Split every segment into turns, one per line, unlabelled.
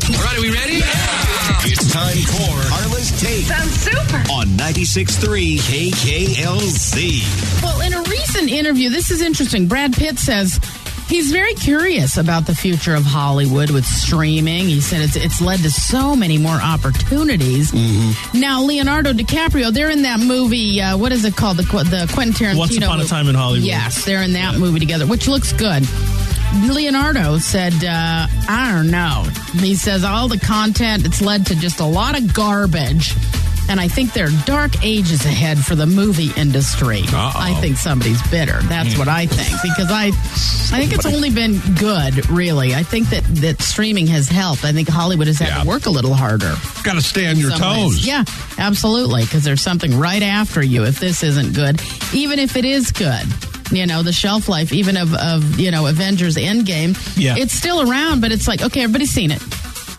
on. Are we ready?
It's time for Carla's Take
Sounds super.
on 96.3 KKLZ.
Well, in a recent interview, this is interesting. Brad Pitt says he's very curious about the future of Hollywood with streaming. He said it's it's led to so many more opportunities.
Mm-hmm.
Now, Leonardo DiCaprio, they're in that movie. Uh, what is it called? The Qu- the Quentin Tarantino.
Once Upon a
movie.
Time in Hollywood.
Yes, they're in that movie together, which looks good. Leonardo said, uh, I don't know. He says all the content, it's led to just a lot of garbage. And I think there are dark ages ahead for the movie industry. I think somebody's bitter. That's what I think. Because I I think it's only been good, really. I think that, that streaming has helped. I think Hollywood has had
Yeah.
to work a little harder.
Got to stay on your
some ways.
toes.
Yeah, absolutely. Because there's something right after you if this isn't good, even if it is good. You know, the shelf life, even of, of you know, Avengers Endgame.
Yeah.
It's still around, but it's like, okay, everybody's seen it.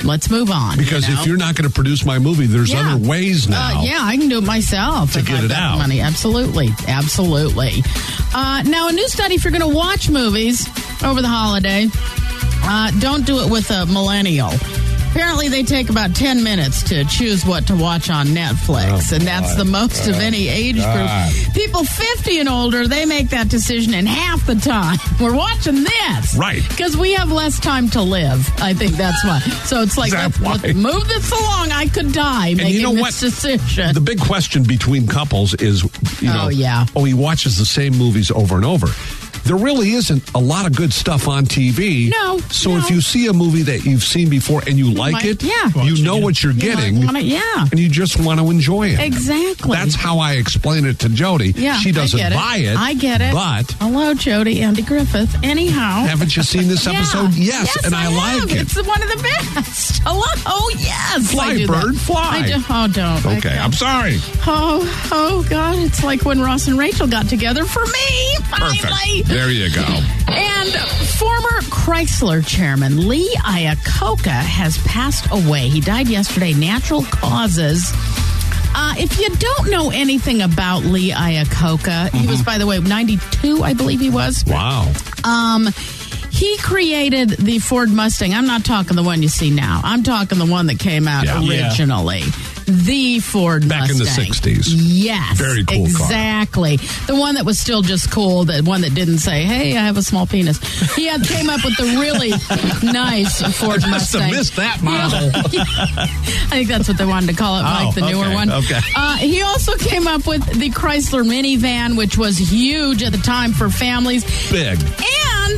Let's move on.
Because
you know?
if you're not going to produce my movie, there's
Yeah.
other ways now.
Uh, yeah, I can do it myself
To
if
get
I've
it
got the
out.
Money, absolutely, absolutely. Uh, now, a new study: if you're going to watch movies over the holiday, uh, don't do it with a millennial. Apparently, they take about ten minutes to choose what to watch on Netflix, and that's the most of any age
Oh, God.
group. People 50 and older, they make that decision in half the time. We're watching this,
Right.
Because we have less time to live. I think that's why. So it's like,
That's
let's, let's
why.
move this along. I could die
And you
making
know
this
what?
decision.
The big question between couples is, you know,
Oh, yeah.
oh, he watches the same movies over and over. There really isn't a lot of good stuff on TV.
No,
So
no.
if you see a movie that you've seen before and you like
might-
it,
yeah.
you know what you're
You might
getting.
wanna- yeah.
And you just want to enjoy it.
Exactly.
That's how I explain it to Jody.
yeah,
She
I
doesn't
get
buy it.
I get it.
But
hello, Jody, Andy Griffith. Anyhow,
haven't you seen this
Yeah.
episode? Yes, and I,
have.
like it.
It's one of the best. Hello, oh yes,
Fly,
I do
bird,
that.
fly.
I do, oh, don't. I
okay,
can't.
I'm sorry.
Oh, oh God! It's like when Ross and Rachel got together for me. Finally.
Perfect. There you go.
And former Chrysler chairman Lee Iacocca has passed away. He died yesterday, natural causes. Uh, if you don't know anything about Lee Iacocca, he was, by the way, 92, I believe he was.
Wow.
Um, he created the Ford Mustang. I'm not talking the one you see now. I'm talking the one that came out
Yeah.
Yeah.
originally. The Ford
Back in
Mustang.
the 60s.
Yes.
Very cool car.
Exactly. The one that was still just cool, the one that didn't say, hey, I have a small penis. He had, came up with the really nice Ford
I must
Mustang.
have missed that model. Oh,
I think that's what they wanted to call it, Mike, the newer
okay,
one.
okay.
Uh, he also came up with the Chrysler minivan, which was huge at the time for families.
Big.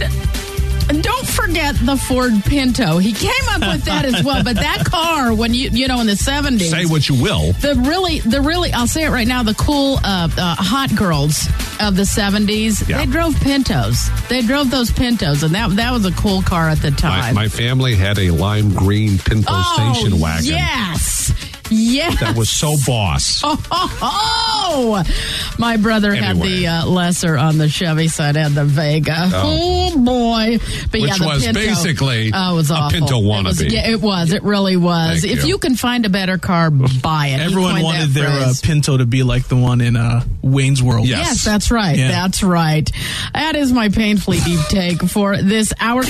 And don't forget the Ford Pinto. He came up with that as well. But that car, when you you know in the seventies,
Say what you will.
the really the really I'll say it right now. The cool uh, uh, hot girls of the seventies,
Yeah.
they drove Pintos. They drove those Pintos, and that that was a cool car at the
My,
time.
my family had a lime green Pinto
oh,
station wagon
yes, yes.
that was so boss.
Oh, oh, oh. my brother had
Anyway.
the uh, lesser on the Chevy side and the Vega. Oh, boy! But
Which
yeah, the
was
Pinto,
basically
oh, it was
a
awful.
Pinto
It was-
wannabe.
yeah, it was. It really was.
Thank
if
you.
you. can find a better car, buy it. He
Everyone
coined
wanted
that
their uh,
phrase.
Pinto to be like the one in uh, Wayne's World.
Yes.
Yes, that's right.
Yeah.
That's right. That is my painfully deep take for this hour.